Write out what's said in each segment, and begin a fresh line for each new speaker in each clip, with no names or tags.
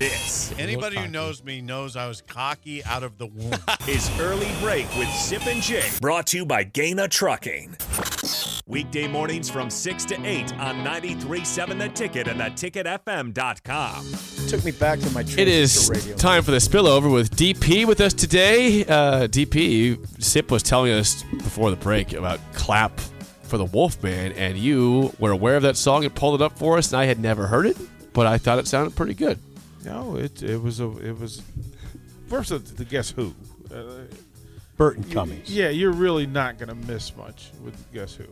This
Anybody who
cocky.
knows me knows I was cocky out of the womb.
is Early Break with Zip and Jake, brought to you by Gaina Trucking. Weekday mornings from 6 to 8 on 937 The Ticket and theticketfm.com.
took me back to my trip
It is
to radio.
time for the spillover with DP with us today. Uh, DP, Sip was telling us before the break about clap for the Wolfman, and you were aware of that song and pulled it up for us, and I had never heard it, but I thought it sounded pretty good.
No, it it was a it was first of the guess who. Uh,
Burton Cummings.
yeah, you're really not gonna miss much with guess who.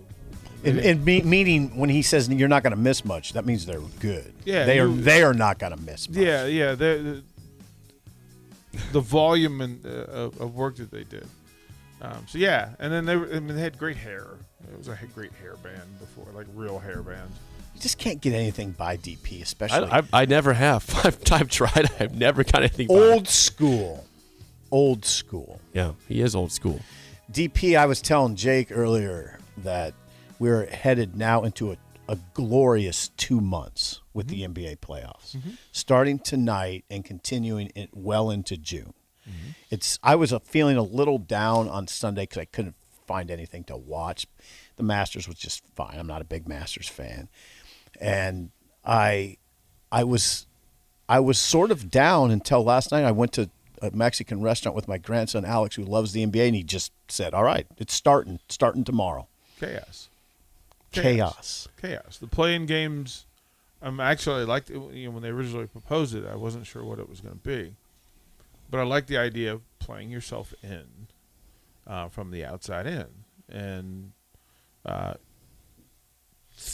And, and me, meaning when he says you're not going to miss much, that means they're good.
Yeah,
they are.
you-
They are not going to miss. Much.
Yeah, yeah, the the, the volume and uh, of, of work that they did. Um, so yeah, and then they were, I mean, they had great hair. It was a ha- great hair band before, like real hair band.
you just can't get anything by DP, especially
I, I, I never have. I've, I've tried. I've never got anything. by it.
old school. Old school.
Yeah, he is old school.
DP, I was telling Jake earlier that we're headed now into a, a glorious two months with the NBA playoffs, starting tonight and continuing it well into June. It's I was uh, feeling a little down on Sunday because I couldn't find anything to watch. The Masters was just fine. I'm not a big Masters fan, and I I was I was sort of down until last night. I went to a Mexican restaurant with my grandson Alex, who loves the NBA, and he just said, "All right, it's starting, starting tomorrow."
Chaos.
Chaos.
chaos. The playing games. I'm actually I liked it, you know, when they originally proposed it. I wasn't sure what it was going to be, but I like the idea of playing yourself in uh, from the outside in, and uh,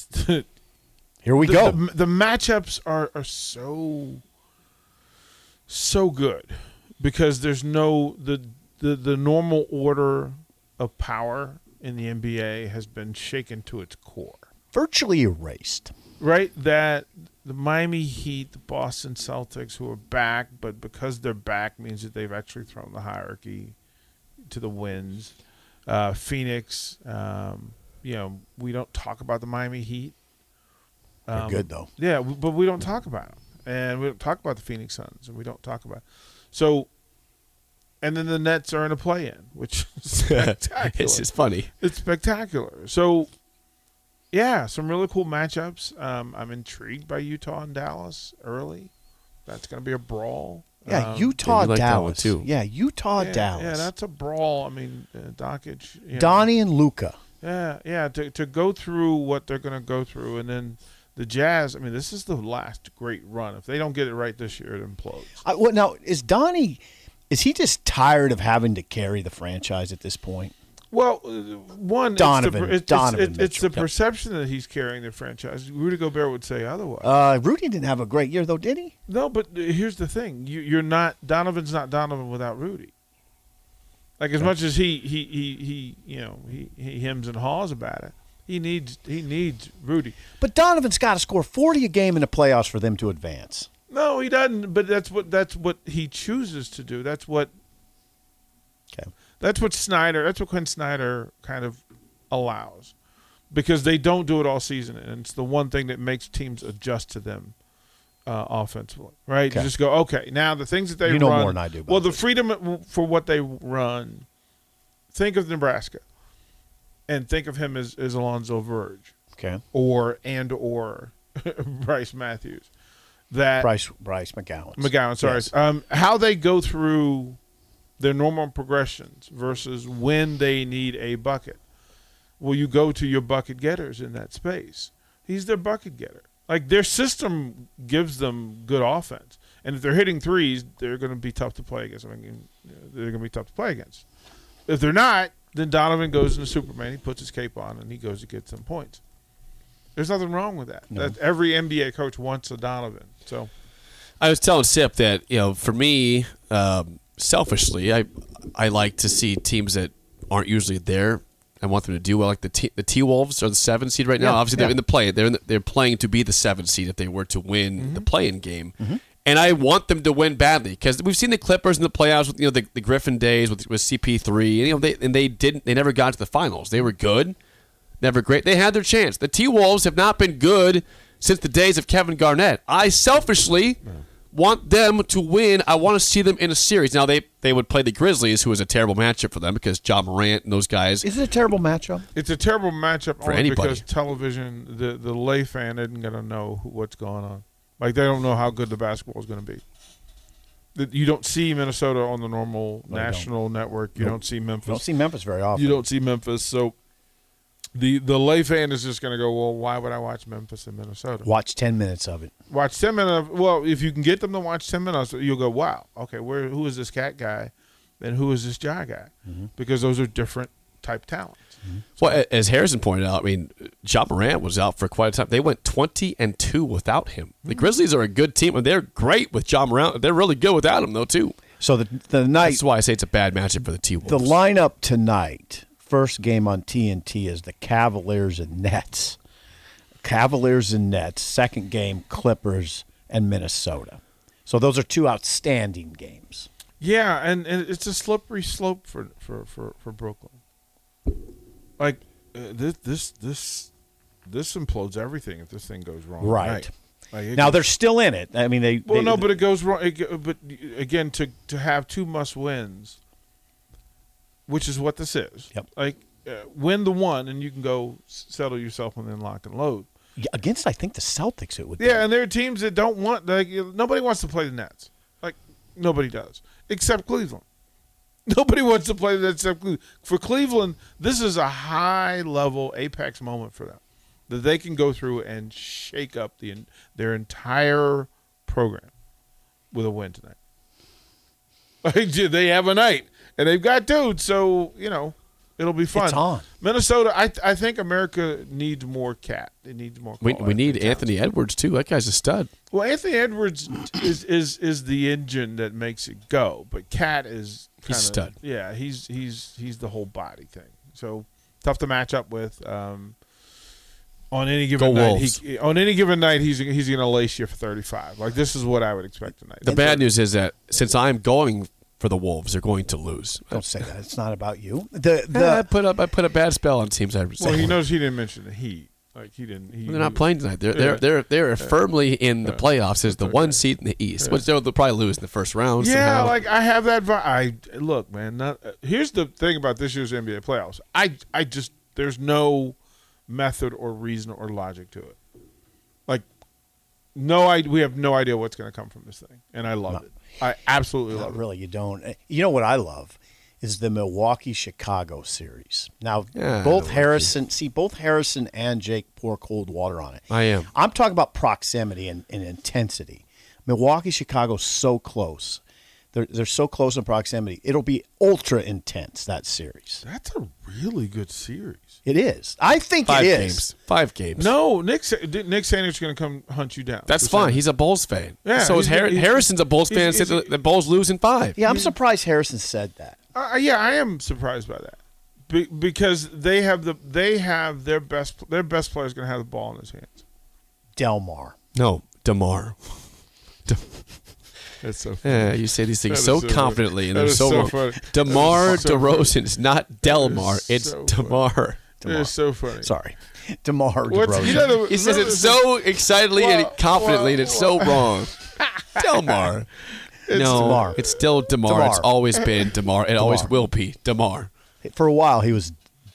Here we
the,
go.
The, the matchups are are so so good because there's no the the the normal order of power in the NBA has been shaken to its core.
Virtually erased.
right that the Miami Heat, the Boston Celtics, who are back, but because they're back means that they've actually thrown the hierarchy to the winds. Uh, Phoenix, um, you know, we don't talk about the Miami Heat. Um,
They're good though.
Yeah, w- but we don't talk about them, and we don't talk about the Phoenix Suns, and we don't talk about so. And then the Nets are in a play-in, which is spectacular.
It's just funny.
It's spectacular. So, yeah, some really cool matchups. Um, I'm intrigued by Utah and Dallas early. That's going to be a brawl.
Yeah,
Um,
Utah,
you like that one,
Dallas.
too.
Yeah, Utah,
yeah,
Dallas.
Yeah, that's a brawl. I mean, uh, Dockage. You know,
Donnie and Luca.
Yeah, yeah. To to go through what they're going to go through, and then the Jazz. I mean, this is the last great run. If they don't get it right this year, it implodes.
I, what now? Is Donnie? Is he just tired of having to carry the franchise at this point?
Well, uh, one
Donovan-
It's the, it's,
Donovan
it's, it's the
Mitchell.
perception that he's carrying the franchise. Rudy Gobert would say otherwise.
Uh, Rudy didn't have a great year though, did he?
No, but uh, here's the thing: you, you're not Donovan's not Donovan without Rudy. Like as much as he he he, he you know he, he hems and haws about it, he needs he needs Rudy.
But Donovan's got to score forty a game in the playoffs for them to advance.
No, he doesn't. But that's what that's what he chooses to do. That's what
Okay.
that's what Snyder that's what Quinn Snyder kind of allows because they don't do it all season, and it's the one thing that makes teams adjust to them. Uh, offensively, right? You
Okay.
just go okay. Now the things that they
You know
run-
more than I do about
well, the
this.
freedom for what they run. Think of Nebraska, and think of him as, as Alonzo Verge
Okay.
or and or Bryce Matthews. That
Bryce Bryce McGowan.
McGowan, sorry.
Yes.
Um, how they go through their normal progressions versus when they need a bucket. Well, you go to your bucket getters in that space. He's their bucket getter. Like their system gives them good offense, and if they're hitting threes, they're going to be tough to play against. I mean, you know, they're going to be tough to play against. If they're not, then Donovan goes into Superman. He puts his cape on and he goes to get some points. There's nothing wrong with that. That every NBA coach wants a Donovan. So.
I was telling Sip that you know, for me, um, selfishly, I I like to see teams that aren't usually there. I want them to do well. Like the T- the T Wolves are the seven seed right now. Obviously, they're in the play. They're in the, they're playing to be the seven seed if they were to win the play-in game. And I want them to win badly because we've seen the Clippers in the playoffs with you know the, the Griffin days with, with CP three. And, you know they and they didn't. They never got to the finals. They were good never great. They had their chance. The T Wolves have not been good since the days of Kevin Garnett. I selfishly want them to win. I want to see them in a series. Now they they would play the Grizzlies, who was a terrible matchup for them because John Morant and those guys.
Is it a terrible matchup?
It's a terrible matchup
For
only
anybody.
because television, the the lay fan isn't going to know who, what's going on. Like they don't know how good the basketball is going to be. That You don't see Minnesota on the normal national network. You don't see Memphis.
Don't see Memphis very often.
you don't see Memphis. So the the lay fan is just going to go, well, why would I watch Memphis and Minnesota?
Watch ten minutes of it.
Watch ten minutes. of- Well, if you can get them to watch ten minutes, you'll go, wow, okay, where who is this cat guy, and who is this Jai guy? Because those are different type talents.
Well, a- as Harrison pointed out, I mean, John Morant was out for quite a time. They went twenty and two without him. The Grizzlies are a good team, and they're great with John Morant. They're really good without him, though, too.
So the the night
That's why I say it's a bad matchup for the T Wolves.
the lineup tonight, first game on TNT is the Cavaliers and Nets. Cavaliers and Nets. Second game, Clippers and Minnesota. So those are two outstanding games.
Yeah, and, and it's a slippery slope for for for, for Brooklyn. Like uh, this this this this implodes everything if this thing goes wrong.
Right.
Like, it
Now
goes-
they're still in it. I mean, they.
well,
they-
no, but it goes wrong. It, go- but again, to to have two must wins, which is what this is.
Yep.
Like uh, win the one, and you can go s- settle yourself and then lock and load.
against I think the Celtics it would. be.
Yeah, and there are teams that don't want like nobody wants to play the Nets. Like nobody does, except Cleveland. Nobody wants to play the Nets except Cleveland. For Cleveland, this is a high level apex moment for them that they can go through and shake up the their entire program with a win tonight. Like do they have a night, and they've got dudes, so you know it'll be fun.
It's on.
Minnesota. I I think America needs more cat. It needs more.
we,
call
we
out
need
defense.
Anthony Edwards too. That guy's a stud.
Well, Anthony Edwards is is is the engine that makes it go, but Cat is kind
He's stud.
Yeah, he's he's he's the whole body thing. So tough to match up with. Um, on any
Go
given night,
Wolves.
he, on any given night, he's he's going to lace you for thirty five. Like this is what I would expect tonight.
The bad news is that since I'm going for the Wolves, they're going to lose.
Don't say that. It's not about you. The the
Yeah, I put up I put a bad spell on teams. I
Well, he knows he didn't mention the Heat. Like he didn't. He,
they're not playing tonight. They're they're
Yeah.
they're they're firmly in the playoffs as the one seed in the East, which they'll, they'll probably lose in the first round.
Yeah,
somehow.
like I have that vibe. I look, man. Not, uh, here's the thing about this year's NBA playoffs. I I just there's no method or reason or logic to it. Like no, I we have no idea what's going to come from this thing, and I love it. I absolutely
Not
love
really. You don't. eh, You know what I love is the Milwaukee Chicago series. Now,
Yeah,
both
Milwaukee.
Harrison, see, both Harrison and Jake pour cold water on it.
I am.
I'm talking about proximity and, and intensity. Milwaukee Chicago's so close. They're, they're so close in proximity. It'll be ultra intense, that series.
it. That's a really good series.
It is. I think
five
it is.
games, five games.
No, Nick Sa- Nick Sanders going to come hunt you down.
that's
For
fine.
saying-
He's a Bulls fan.
Yeah,
so is
he's-
Har-
he's-
Harrison's a Bulls
he's-
fan.
he's-
Said the, the Bulls lose in five.
Yeah, I'm surprised Harrison said that.
Uh, yeah, I am surprised by that Be- because they have the they have their best their best player is going to have the ball in his hands.
Delmar.
No, Demar.
That's so.
Yeah, you say these things
That
so
is so
confidently,
funny.
and
That
they're
is
so,
so
wrong.
funny.
Demar
That is so funny.
Derozan. It's not Delmar.
so
It's
funny.
Demar.
It's so funny.
Sorry. Demar
What's,
DeRozan.
you know, the,
He says it
remember-
so excitedly
Well,
and confidently, and it's so wrong. Delmar. no,
Demar.
it's still Demar. It's
Demar.
always been Demar. It always
Demar.
will be Demar.
For a while, he was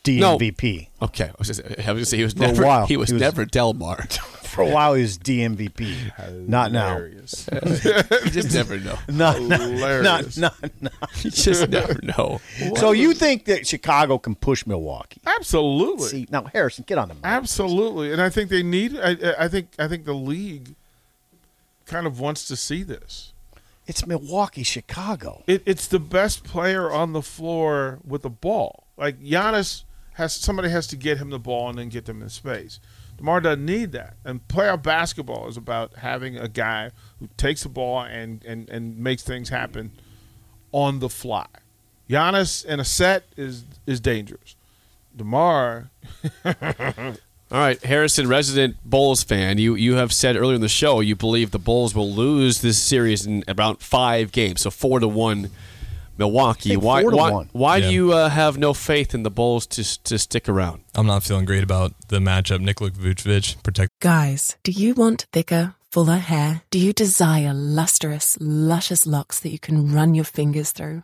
No.
DMVP.
Okay, I was, just, I was gonna say he was
a
never.
while,
He was
he was-
never Delmar.
For a while, he was DMVP. Not now.
Hilarious.
you just never know.
Not, not,
Hilarious.
not, not,
You just never know.
So you think that Chicago can push Milwaukee?
Absolutely.
See, now Harrison, get on the mic.
Absolutely. And I think they need I I- I think I think the league kind of wants to see this.
It's Milwaukee, Chicago.
It, it's the best player on the floor with the ball. Like Giannis has somebody has to get him the ball and then get them in space. DeMar doesn't need that. And playoff basketball is about having a guy who takes the ball and and, and makes things happen on the fly. Giannis in a set is is dangerous. DeMar
All right, Harrison, resident Bulls fan, you you have said earlier in the show you believe the Bulls will lose this series in about five games, so four to one, Milwaukee.
think
Why
four to
why,
one.
why
Yeah.
do you uh, have no faith in the Bulls to to stick around?
I'm not feeling great about the matchup. Nikola Vucevic protect
Guys, do you want thicker,
fuller hair? Do you desire lustrous, luscious locks that you can run your fingers through?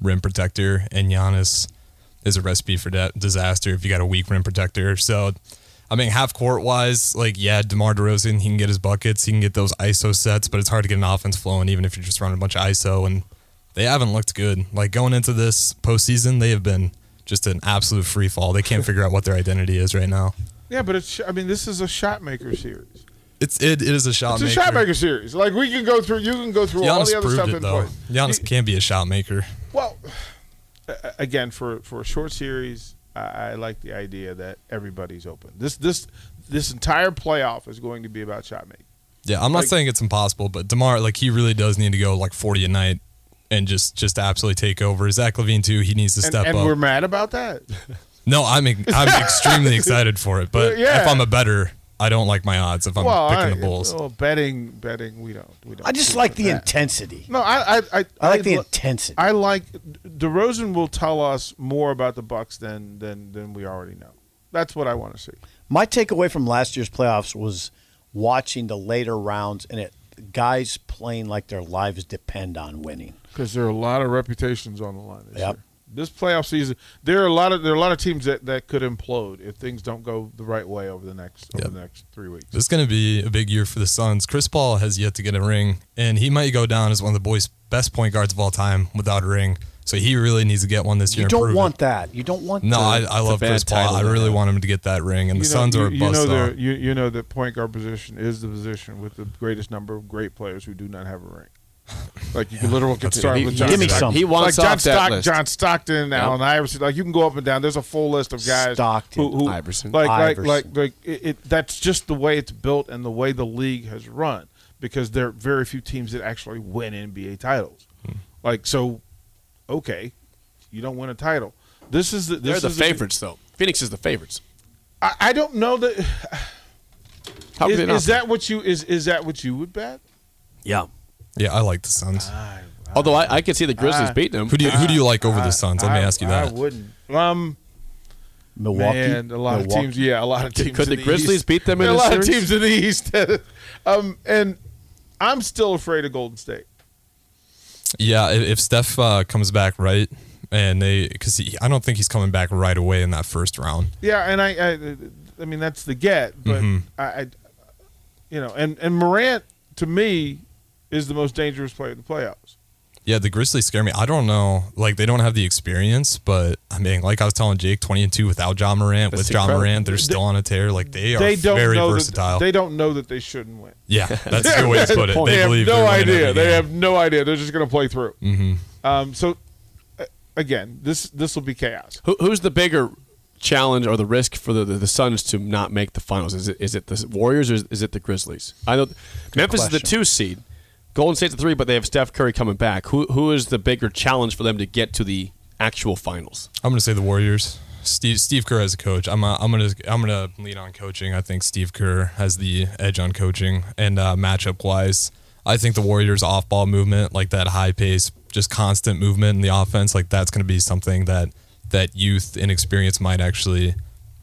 rim protector, and Giannis is a recipe for that disaster if you got a weak rim protector. So, I mean, half court wise, like yeah, DeMar DeRozan, he can get his buckets, he can get those ISO sets, but it's hard to get an offense flowing even if you're just running a bunch of ISO. And they haven't looked good. Like going into this postseason, they have been just an absolute free fall. They can't figure out what their identity is right now.
Yeah, but it's. I mean, this is a shot maker series.
It's it, it is a shot.
It's a shot maker series. Like we can go through. You can go through all
Giannis
the other
proved
stuff
it
in
though.
place.
Giannis can be a shot maker.
Well, a- again, for for a short series, I, I like the idea that everybody's open. This this this entire playoff is going to be about shot making.
Yeah, I'm not
Like-
saying it's impossible, but Demar, like he really does need to go like 40 a night and just just absolutely take over. Zach Levine too, he needs to
And,
step
and
up.
we're mad about that.
no, I'm I'm extremely excited for it, but
Yeah.
if I'm a better, I don't like my odds if I'm
well,
picking
I-
the Bulls.
well, betting betting we don't we don't.
I just
do
like the
that.
intensity.
No, I I I,
I like the
lo-
intensity.
I like DeRozan will tell us more about the Bucks than than than we already know. That's what I want to see.
My takeaway from last year's playoffs was watching the later rounds and it guys playing like their lives depend on winning.
because there are a lot of reputations on the line this
Yep.
year. This playoff season, there are a lot of there are a lot of teams that, that could implode if things don't go the right way over the next over
Yep.
the next three weeks.
This is going to be a big year for the Suns. Chris Paul has yet to get a ring, and he might go down as one of the boys' best point guards of all time without a ring. So he really needs to get one this year.
You
and
don't
prove it.
want that. You don't want
No,
the-
I, I
a
love
bad
Chris Paul.
title
I
to
really
have.
want him to get that ring, and the Suns are a
you, you know
buzzsaw.
the you, you know the point guard position is the position with the greatest number of great players who do not have a ring. Like you can literally could start
He,
with
he-
John.
Give me
he-
Stock-
some.
He
Like
wants
John,
off that
Stock,
list.
John Stockton, Allen Iverson. Like you can go up and down. There's a full list of guys.
Stockton,
who, who,
Iverson.
Like, like,
Iverson.
like, like it, it, that's just the way it's built and the way the league has run because there are very few teams that actually win NBA titles.
Hmm.
Like, so, okay, you don't win a title. This is the,
They're
this
the
is
favorites, though. Phoenix is the favorites.
I, I don't know that is,
How could they not
is
be?
that what you is is that what you would bet?
Yeah.
yeah, I like the Suns.
Although I, I could see the Grizzlies
Ah.
beating them.
Who do you, who do you like over the Suns? Let me
I-
ask you
I
that.
wouldn't. Um,
Milwaukee.
man, a lot of
Milwaukee.
teams. Yeah, a lot of teams.
could
in
the Grizzlies
East.
beat them in
a
this
lot of
series?
teams in the East. um, and I'm still afraid of Golden State.
Yeah, if, if Steph uh, comes back right, and they because I don't think he's coming back right away in that first round.
Yeah, and I, I, I mean that's the get, but
Mm-hmm.
I, I, you know, and and Morant to me is the most dangerous player in the playoffs.
Yeah, the Grizzlies scare me. I don't know, like they don't have the experience, but I mean, like I was telling Jake, twenty and two without John Morant, with John
incredible.
Morant, they're still on a tear. Like they are
they don't
very
know
versatile.
That, they don't know that they shouldn't win.
yeah, that's a good way to put it. They,
have
believe
no
they're winning
idea.
every
They
game.
have no idea. They're just going to play through. Mm-hmm. Um, so uh, again, this this will be chaos.
Who, who's the bigger challenge or the risk for the, the, the Suns to not make the finals? Is it is it the Warriors or is, is it the Grizzlies? I know Memphis is the
question.
two seed, Golden State's the three, but they have Steph Curry coming back. Who who is the bigger challenge for them to get to the actual finals?
I'm going to say the Warriors. Steve Steve Kerr as a coach. I'm uh, I'm going to I'm going to lean on coaching. I think Steve Kerr has the edge on coaching and uh, matchup wise. I think the Warriors off ball movement, like that high pace, just constant movement in the offense, like that's going to be something that that youth and experience might actually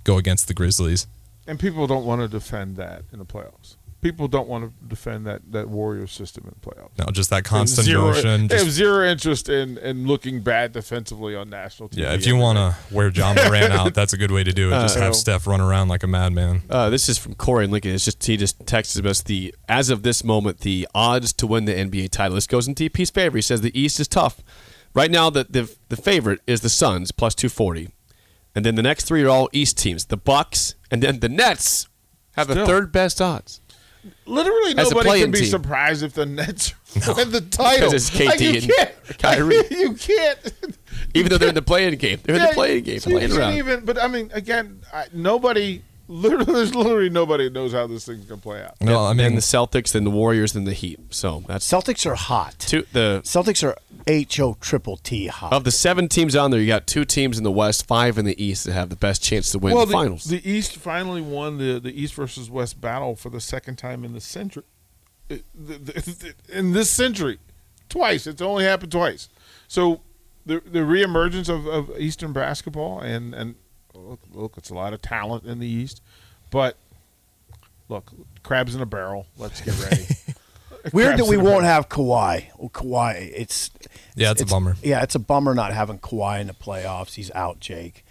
go against the Grizzlies.
And people don't want to defend that in the playoffs. People don't want to defend that, that warrior system in playoffs.
No, just that constant
zero,
motion.
They
just-
have zero interest in, in looking bad defensively on national TV.
yeah, if you want to wear John Moran out, that's a good way to do it. Just
Uh,
have Steph run around like a madman.
Uh, this is from Corey in Lincoln. It's just he just texted us the as of this moment the odds to win the NBA title. This goes in TP's favor. He says the East is tough. Right now, the the, the favorite is the Suns plus two forty, and then the next three are all East teams. The Bucks and then the Nets have the
Still.
third best odds.
Literally
As a
nobody
play-in
can be
team.
surprised if the Nets win the title.
Because it's
like,
KD
you
and
can't,
Kyrie.
you can't.
Even though they're in the playing game, they're in
Yeah,
the playing game,
so you
playing
can't
around.
Even, but I mean, again, I, nobody. Literally, there's literally nobody knows how this thing's gonna play out.
No, I
then
mean,
the Celtics, then the Warriors, then the Heat. So that's
Celtics are hot.
two. The
Celtics are H O triple T hot.
of the seven teams on there, you got two teams in the West, five in the East that have the best chance to win
well,
the
the,
finals.
the East finally won the, the East versus West battle for the second time in the century. It- the- the- In this century, twice. It's only happened twice. So the the reemergence of, of Eastern basketball and and look, look, it's a lot of talent in the East, but look, crabs in a barrel. Let's get ready.
Weird that
Crabs
we
in a
won't
barrel.
have Kawhi. Well, Kawhi, it's
yeah, it's a bummer.
yeah, it's a bummer not having Kawhi in the playoffs. He's out, Jake.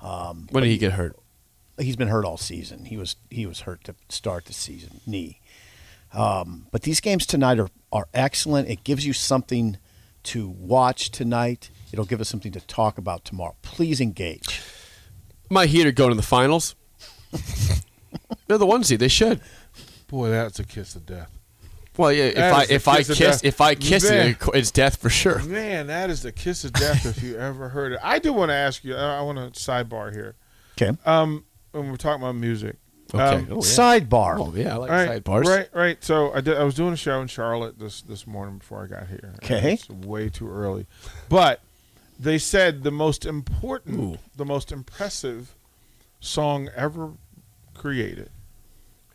when did he get hurt?
He's been hurt all season. He was he was hurt to start the season, knee. Um, but these games tonight are are excellent. It gives you something to watch tonight. It'll give us something to talk about tomorrow. Please engage.
My Heat are going to the finals. They're the one seed. They should.
Boy, that's a kiss of death.
Well, yeah. If
That
I
is the
if I
kiss of
kiss
death. Mm-hmm.
if I kiss
Man.
it, it's death for sure.
Man, that is the kiss of death if you ever heard it. I do want to ask you. I want to sidebar here.
Okay.
Um, when we're talking about music.
Okay.
Um,
oh, yeah.
Sidebar.
Oh, yeah. I like
all right,
sidebars.
right, right. So I did. I was doing a show in Charlotte this this morning before I got here.
Okay.
It's way too early, but they said the most important, the most impressive song ever created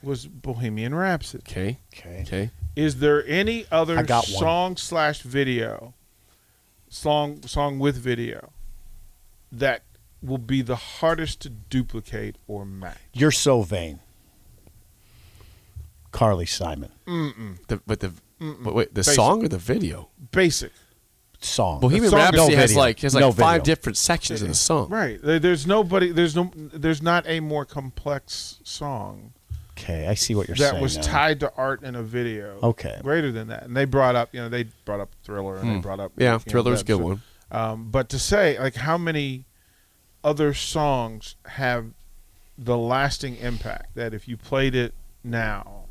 was Bohemian Rhapsody.
Okay.
Okay.
Okay.
Is there any
I
other
got one.
song slash video, song song with video, that will be the hardest to duplicate or match?
You're so vain. Carly Simon.
The, but the but wait, the song or the video?
Basic,
Song.
Bohemian
song
Rhapsody
goes-
has
video.
like has like
No
five
video.
different sections in the
Oh.
song.
right? There, there's nobody. There's no. There's not a more complex song
Okay, I see what you're saying.
that was
now.
tied to art in a video.
Okay.
Greater than that, and they brought up. You know, they brought up Thriller, and they brought up.
Hmm. Yeah,
you know,
Thriller's a
that
good
stuff.
one.
Um, but to say like how many other songs have the lasting impact that if you played it now,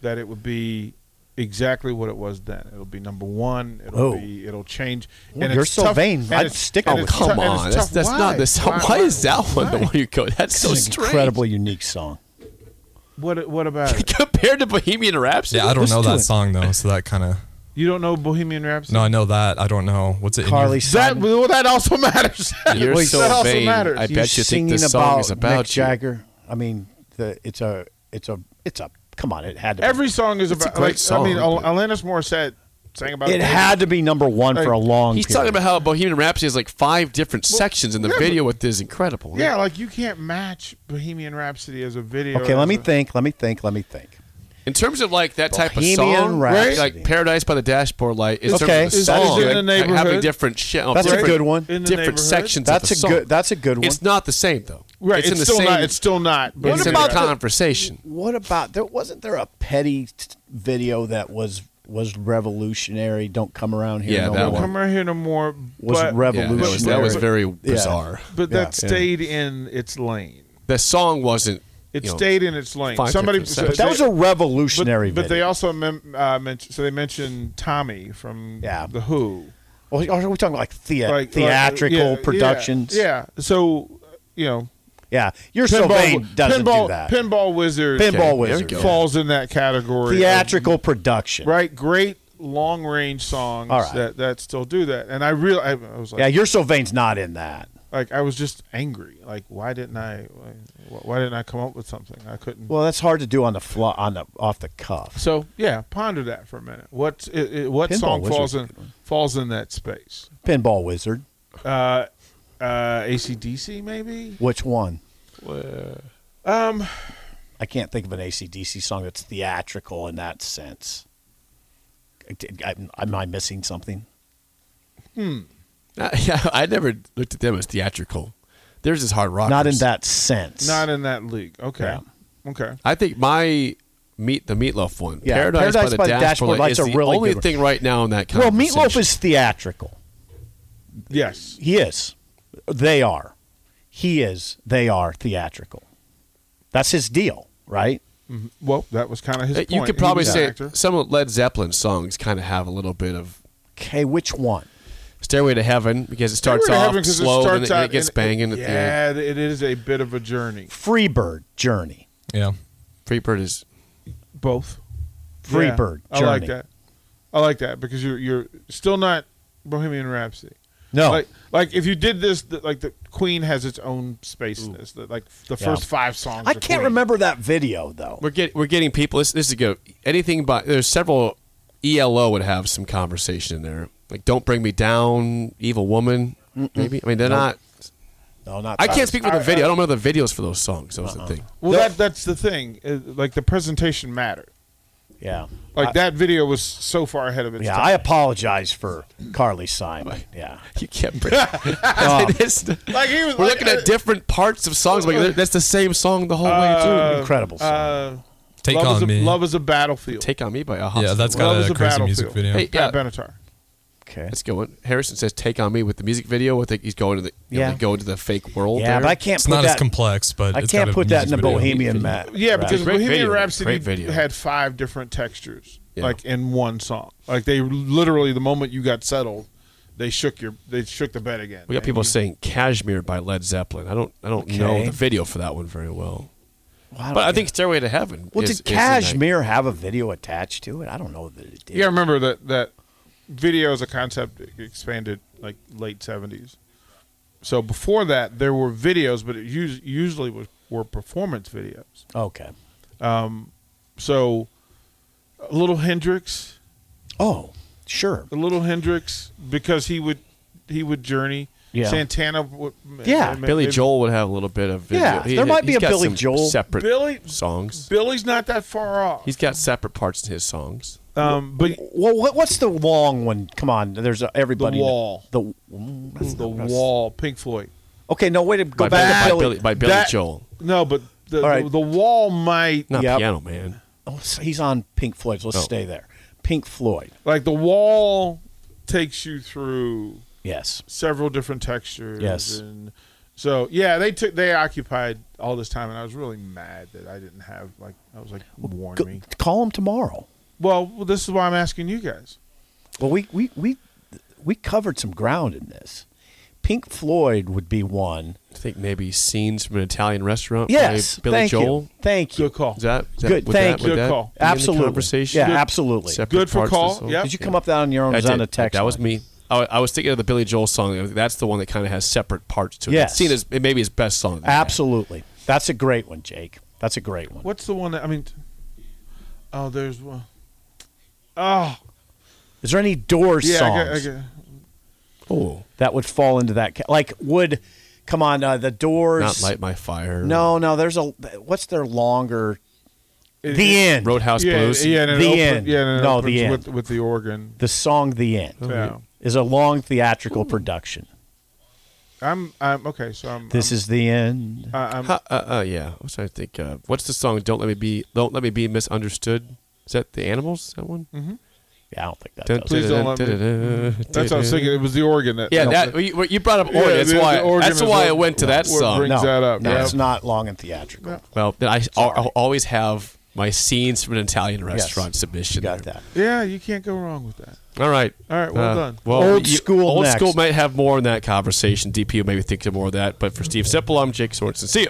that it would be exactly what it was then. It'll be number one. It'll
Whoa.
be. It'll change.
Well, you're so vain.
and
I'd
it's-
stick
and
with
it's
you.
tou-
Oh, Come
and it's
on, that's,
tough.
that's not the song. Why, is that one the
why?
one you go? That's so
It's an
strange.
incredibly unique song.
What? What about it?
Compared to Bohemian Rhapsody.
Yeah, I don't
Listen
know
to
that
it.
song though, so that kind of.
You don't know Bohemian Rhapsody?
No, I know that. I don't know what's it. in your-
Carly
That
Simon.
well, that also matters.
You're
that
so
also
vain.
matters.
I
you
bet you think
singing
this song
about
is about
Mick
you.
Jagger. I mean, the, it's a, it's a, it's a. Come on, it had to.
Every song is
It's a
about.
great
like, I mean,
song,
Al-
but-
Alanis Morissette sang about.
be, it
dating.
had to be number one for a long.
He's
period.
talking about how Bohemian Rhapsody has like five different sections in the
yeah,
video, which is incredible.
Yeah, like you can't match Bohemian Rhapsody as a video.
Okay, let
as
me
a-
think. Let me think. Let me think.
In terms of like that type
Bohemian
of song,
Rhapsody.
like Paradise by the Dashboard Light, in
Okay.
terms of
Is
the
that
song,
in the
like, like, having
neighborhood?
different shit,
That's a
different,
good one.
In the
different
neighborhood?
sections.
That's
of
a
the song.
good. That's a good one.
It's not the same though.
Right,
It's,
it's,
in the
still
same.
not. It's still not. But
it's
it's
in
about
the conversation.
What about there? Wasn't there a petty t- video that was was revolutionary? Don't come around here.
Yeah,
no
that
more.
one.
come right here no more.
was
but,
Yeah,
revolutionary.
that was, that was
But-
very
Yeah.
bizarre.
But
Yeah.
that stayed in its lane.
The song wasn't.
It
you know,
stayed in its lane.
five
Somebody.
different
so
sections.
That was a
But,
revolutionary
but they
video.
also mem- uh, mentioned. So they mentioned Tommy from
Yeah.
the Who.
Well, are we talking like, thea-
Like- like,
theatrical
yeah, yeah,
productions?
Yeah, So you know,
Yeah. You're so vain doesn't
pinball,
do that.
Pinball Wizard.
Pinball
Okay, there we
Wizard.
go.
falls in that category. of-
Theatrical production.
right? Great long range songs
All right.
that that still do that. And I real I, I was like,
Yeah, You're So Vain's not in that.
like I was just angry. Like why didn't I? Why, why didn't I come up with something? I couldn't.
Well, that's hard to do on the fly, on the off the cuff.
so yeah, ponder that for a minute. What it, it, what
Pinball
song
Wizard's
falls
a
in falls in that space?
Pinball Wizard.
Uh, uh, ACDC maybe.
Which one?
Um,
I can't think of an ACDC song that's theatrical in that sense. I did- I- Am I missing something?
Uh, yeah, I never looked at them as theatrical. Theirs is hard rock.
Not in that sense.
Not in that league. Okay. Okay.
I think my meat the meatloaf one.
Yeah,
Paradise, by the Dashboard, Lights
a
is the
really
only
good one.
thing right now in that.
well, Meatloaf
conversation.
is theatrical.
Yes.
He is. They are. He is. They are theatrical. That's his deal, right?
Mm-hmm. Well, that was kind of his
Uh,
point.
You
He
could probably
was an
say
actor.
some of Led Zeppelin songs kind of have a little bit of
Okay, which one?
Stairway to Heaven because it starts
Stairway to
off
Heaven 'cause it
slow and
starts
then it-
out
it gets
in-
banging at the end.
Yeah, it is a bit of a journey.
Freebird Journey.
Yeah.
Freebird is
Both. Yeah,
Freebird
I
Journey.
like that. I like that because you're you're still not Bohemian Rhapsody.
No.
Like like if you did this, the, like the Queen has its own space in this. The, like the
Yeah.
first five songs.
I
are
can't
Queen.
remember that video though.
we're get we're getting people. This, this is good. Anything by there's several. ELO would have some conversation in there, like "Don't Bring Me Down," "Evil Woman." Maybe I mean they're not.
No, not.
I
that.
can't speak for the video. I don't know the videos for those songs. That was
Uh-uh.
the thing.
Well, that that's the thing. uh, Like the presentation mattered.
Yeah.
Like that video was so far ahead of its
Yeah, I
time.
apologize for Carly Simon. Yeah.
You can't bring. It is-
like he was
we're
like, uh,
looking at different parts of songs. Like that's the same song the whole way too.
Incredible song.
uh,
Take
love,
on
is a,
me.
love is a battlefield.
Take on me by Aha.
yeah, that's
Love
got
is
a
a
crazy music
battlefield.
video.
Hey, yeah.
Pat Benatar.
okay.
That's a good one. Harrison says "Take on Me" with the music video. I think he's going to the you know,
Yeah.
they go into the fake world.
Yeah,
there.
but I can't
It's
put
not
that.
as complex, but
I
it's
can't
got
put that in a
music video.
Bohemian map.
Yeah, because
Great
Bohemian
video,
Rhapsody
great video.
had five different textures,
Yeah.
like in one song. Like they literally, the moment you got settled, they shook your, they shook the bed again.
we got
And
people
you-
saying "Cashmere" by Led Zeppelin. I don't, I don't know
Okay.
the video for that one very well.
Well,
But I
don't
think
know.
"Stairway to Heaven."
Well,
is, is
did
in that.
Cashmere have a video attached to it? I don't know that it did.
You got to remember that that video is a concept that expanded like late seventies. So before that, there were videos, but it us- usually was, were performance videos.
Okay.
So, a little Hendrix,
Oh, sure.
a little Hendrix, because he would he would journey.
Yeah.
Santana. Would,
Yeah,
Billy
maybe-
Joel would have a little bit of video.
Yeah, there might be
he's
a
got
Billy
some
Joel.
separate
Billy-
songs.
Billy's not that far off.
He's got separate parts in his songs.
um, but
Well, what, what's the long one? Come on, there's a, everybody.
Wall.
The mm, that's
the
not- that's-
wall, Pink Floyd.
Okay, no way to go
By
back
Billy-
to Billy.
by Billy
That-
Joel.
No, but the,
All right.
the, the wall might
Not
Yep.
piano man.
Oh, so he's on Pink Floyd. so Let's stay there. Pink Floyd.
like the wall takes you through
Yes.
several different textures.
Yes.
and so yeah, they took they occupied all this time, and I was really mad that I didn't have like I was like warn
Go,
me.
call him tomorrow.
Well, well, this is why I'm asking you guys.
Well, we we we we covered some ground in this. Pink Floyd would be one.
I think maybe scenes from an Italian restaurant.
Yes.
by Billy
thank
Joel.
you. Thank you.
Good call.
Is that is that-
Good,
would
thank
that,
you.
would
Good
that
call.
be in the
Absolutely.
conversation?
Yeah, Good. absolutely.
Separate
Good for
parts of
call.
the song?
Yeah.
Did you come up with that on your own?
I
It was on
did.
a text.
That was
line.
me. I, I was thinking of the Billy Joel song. That's the one that kind of has separate parts to it.
Yes.
It's seen as it maybe his best song.
Absolutely. That's a great one, Jake. That's a great one.
What's the one that I mean? Oh, there's one. Oh,
Is there any Doors
yeah. I
songs
get- I get-
Oh,
that would fall into that? Ca- like, would come on uh, the Doors?
not light my fire.
No, no. There's a what's their longer? the end.
Roadhouse
yeah,
Blues.
Yeah, and it
The
open-
end.
Yeah, and it
No, the
opens
end.
With, with the organ.
The song "The End"
Yeah.
is a long theatrical production.
I'm. I'm okay. So I'm.
This is the end.
I'm, I- I'm
Ha- uh, uh, yeah. I was trying to think. Uh, what's the song? Don't let me be. Don't let me be misunderstood. Is that the animals? That one?
Yeah, I don't think that.
Dun-
Does it.
Mm-hmm. Please don't let me- Mm-hmm.
da-da-da,
That's what I was
da-da.
thinking. It was the organ that.
Yeah, that, you, you brought up
Yeah,
Oregon. that's
the-
why.
the organ
that's
is
why I
what-
went to that
what
song.
brings-
Oh, No,
that up,
no,
yeah.
it's not long and theatrical.
Well, then I al- I'll always have my scenes from an Italian restaurant submission.
You got
there.
that?
Yeah, you can't go wrong with that.
All right. Uh,
All right, well done.
Well,
Old
you-
school
Old
next.
school might have more in that conversation. DP will maybe think of more of that. But for Steve Sipple, I'm Jake Sorensen. See you.